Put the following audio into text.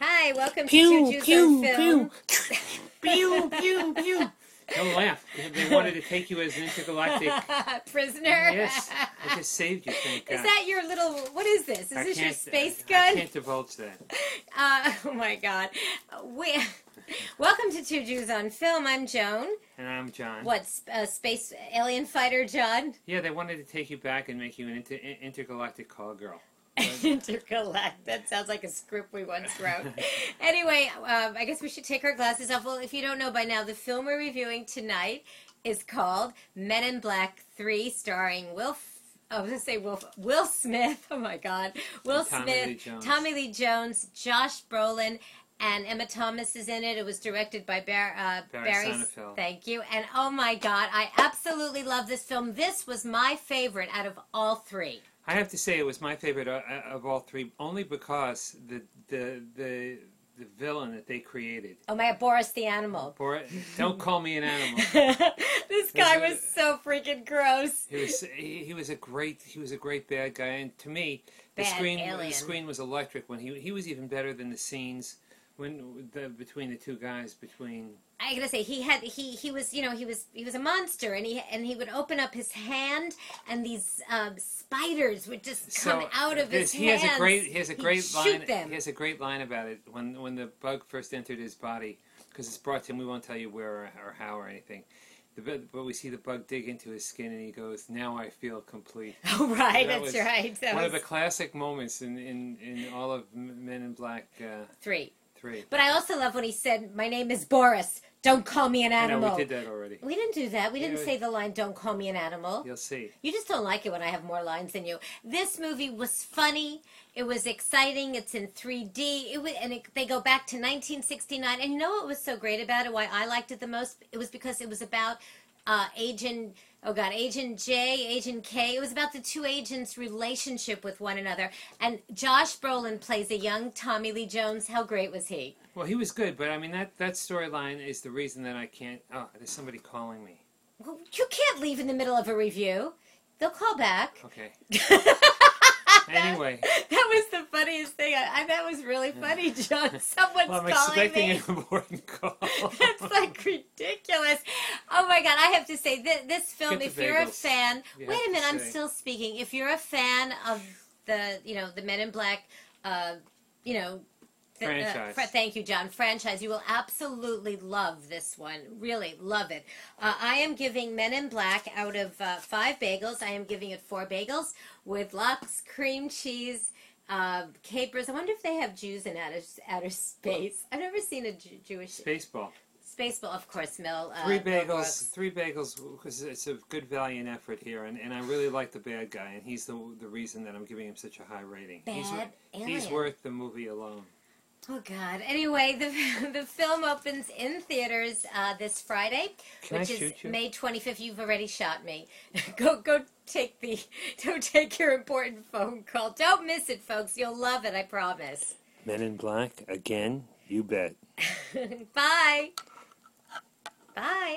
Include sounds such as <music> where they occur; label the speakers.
Speaker 1: Hi, welcome to
Speaker 2: Pew,
Speaker 1: Two Jews
Speaker 2: pew,
Speaker 1: on Film.
Speaker 2: pew. <laughs> Pew, pew, pew.
Speaker 3: Don't laugh. They wanted to take you as
Speaker 1: <laughs>
Speaker 3: an intergalactic.
Speaker 1: Prisoner.
Speaker 3: yes, I just saved you. Thank God.
Speaker 1: Is that your little? What is this? Is
Speaker 3: I
Speaker 1: this your
Speaker 3: can't- uh,
Speaker 1: space
Speaker 3: I
Speaker 1: gun?
Speaker 3: can't divulge that.
Speaker 1: Uh, <laughs> oh my God! We, <laughs> welcome to Two Jews on Film. I'm Joan.
Speaker 3: And I'm John.
Speaker 1: What sp- uh, space alien fighter, John?
Speaker 3: Yeah, they wanted to take you back and make you an inter- in- intergalactic call girl.
Speaker 1: <laughs> Intergalactic. That sounds like a script we once
Speaker 3: <laughs>
Speaker 1: wrote. anyway, um, I guess we should take our glasses off. Well, if you don't know by now, the film we're reviewing tonight is called Men in Black Three, starring Will. F- I was gonna say Will Will Smith. <laughs> Oh my God, Will
Speaker 3: And Tommy
Speaker 1: Smith,
Speaker 3: Lee Jones.
Speaker 1: Tommy Lee Jones, Josh Brolin, and Emma Thomas is in it. It was directed by Bar- uh,
Speaker 3: Barry
Speaker 1: Barry.
Speaker 3: Sonnenfeld.
Speaker 1: Thank you. And oh my God, I absolutely love this film. This was my favorite out of all three.
Speaker 3: I have to say it was my favorite o- o- of all three, only because the the the, the villain that they created.
Speaker 1: Oh my, Boris the animal.
Speaker 3: Or don't call me an animal.
Speaker 1: <laughs> this guy was
Speaker 3: This is-
Speaker 1: so freaking gross.
Speaker 3: He was he, he was a great he was a great bad guy, and to me, the
Speaker 1: Bad
Speaker 3: screen
Speaker 1: alien.
Speaker 3: the screen was electric when he he was even better than the scenes when the between the two guys between
Speaker 1: I gotta say, he had he he was you know he was he was a monster, and he and he would open up his hand, and these um, spiders would just come
Speaker 3: so
Speaker 1: out of his
Speaker 3: this- he
Speaker 1: hands.
Speaker 3: has a great he has a
Speaker 1: He'd
Speaker 3: great
Speaker 1: shoot
Speaker 3: line
Speaker 1: them.
Speaker 3: he has a great line about it when when the bug first entered his body because it's brought to him we won't tell you where or, or how or anything the, bu- but we see the bug dig into his skin and he goes now I feel complete
Speaker 1: <laughs> oh right,
Speaker 3: that
Speaker 1: that's
Speaker 3: was
Speaker 1: right. That
Speaker 3: one
Speaker 1: was
Speaker 3: of the classic moments in in in all of M- Men in Black uh,
Speaker 1: three.
Speaker 3: three
Speaker 1: But I also love when he said, "My name is Boris. Don't call me an
Speaker 3: I know
Speaker 1: animal."
Speaker 3: we did that already
Speaker 1: We didn't do that. We
Speaker 3: Yeah,
Speaker 1: didn't
Speaker 3: we-
Speaker 1: say the line, "Don't call me an animal."
Speaker 3: you'll see.
Speaker 1: You just don't like it when I have more lines than you. This movie was funny. It was exciting. It's in 3D. It was, and it, they go back to 1969. And you know what was so great about it? Why I liked it the most? It was because it was about uh, Agent. Oh God, Agent J, Agent K. It was about the two agents' relationship with one another. And Josh Brolin plays a young Tommy Lee Jones. How great was he?
Speaker 3: Well, he was good, but I mean that that storyline is the reason that I can't. Oh, there's somebody calling me.
Speaker 1: Well, you can't leave in the middle of a review. They'll call back. <laughs>
Speaker 3: Okay. anyway,
Speaker 1: That was the funniest thing. I, I that was really
Speaker 3: <laughs>
Speaker 1: funny, John. Someone's
Speaker 3: well, I'm
Speaker 1: calling
Speaker 3: expecting
Speaker 1: me.
Speaker 3: an <laughs> important call.
Speaker 1: <laughs> That's like ridiculous. Oh my god! I have to say this, this film.
Speaker 3: Get
Speaker 1: If
Speaker 3: the
Speaker 1: you're a
Speaker 3: bagels.
Speaker 1: fan,
Speaker 3: <laughs> You
Speaker 1: wait
Speaker 3: have
Speaker 1: a
Speaker 3: to
Speaker 1: minute. I'm
Speaker 3: say.
Speaker 1: still speaking. If you're a fan of the, you know, the Men in Black, uh, you know. The, uh,
Speaker 3: Franchise.
Speaker 1: fr- thank you, John. Franchise. You will absolutely love this one. Really love it. Uh, I am giving Men in Black out of uh, five bagels. I am giving it four bagels with lox, cream cheese, uh, capers. I wonder if they have Jews in outer, outer space. I've never seen a Jew- Jewish
Speaker 3: Baseball.
Speaker 1: Spaceball, of course, Mill. Uh,
Speaker 3: Three
Speaker 1: Mel
Speaker 3: bagels.
Speaker 1: Brooks.
Speaker 3: Three bagels because it's a good value and effort here, and, and I really like the bad guy, and he's the the reason that I'm giving him such a high rating. he's, wor-
Speaker 1: Bad
Speaker 3: he's
Speaker 1: alien.
Speaker 3: worth the movie alone.
Speaker 1: Oh God. Anyway, the <laughs> the film opens in theaters uh, this Friday,
Speaker 3: Can I
Speaker 1: which is
Speaker 3: shoot you?
Speaker 1: May 25th. You've already shot me. <laughs> go go take the <laughs> go take your important phone call. Don't miss it, folks. You'll love it. I promise. <laughs>
Speaker 3: Men in Black again. You bet.
Speaker 1: Bye. Bye.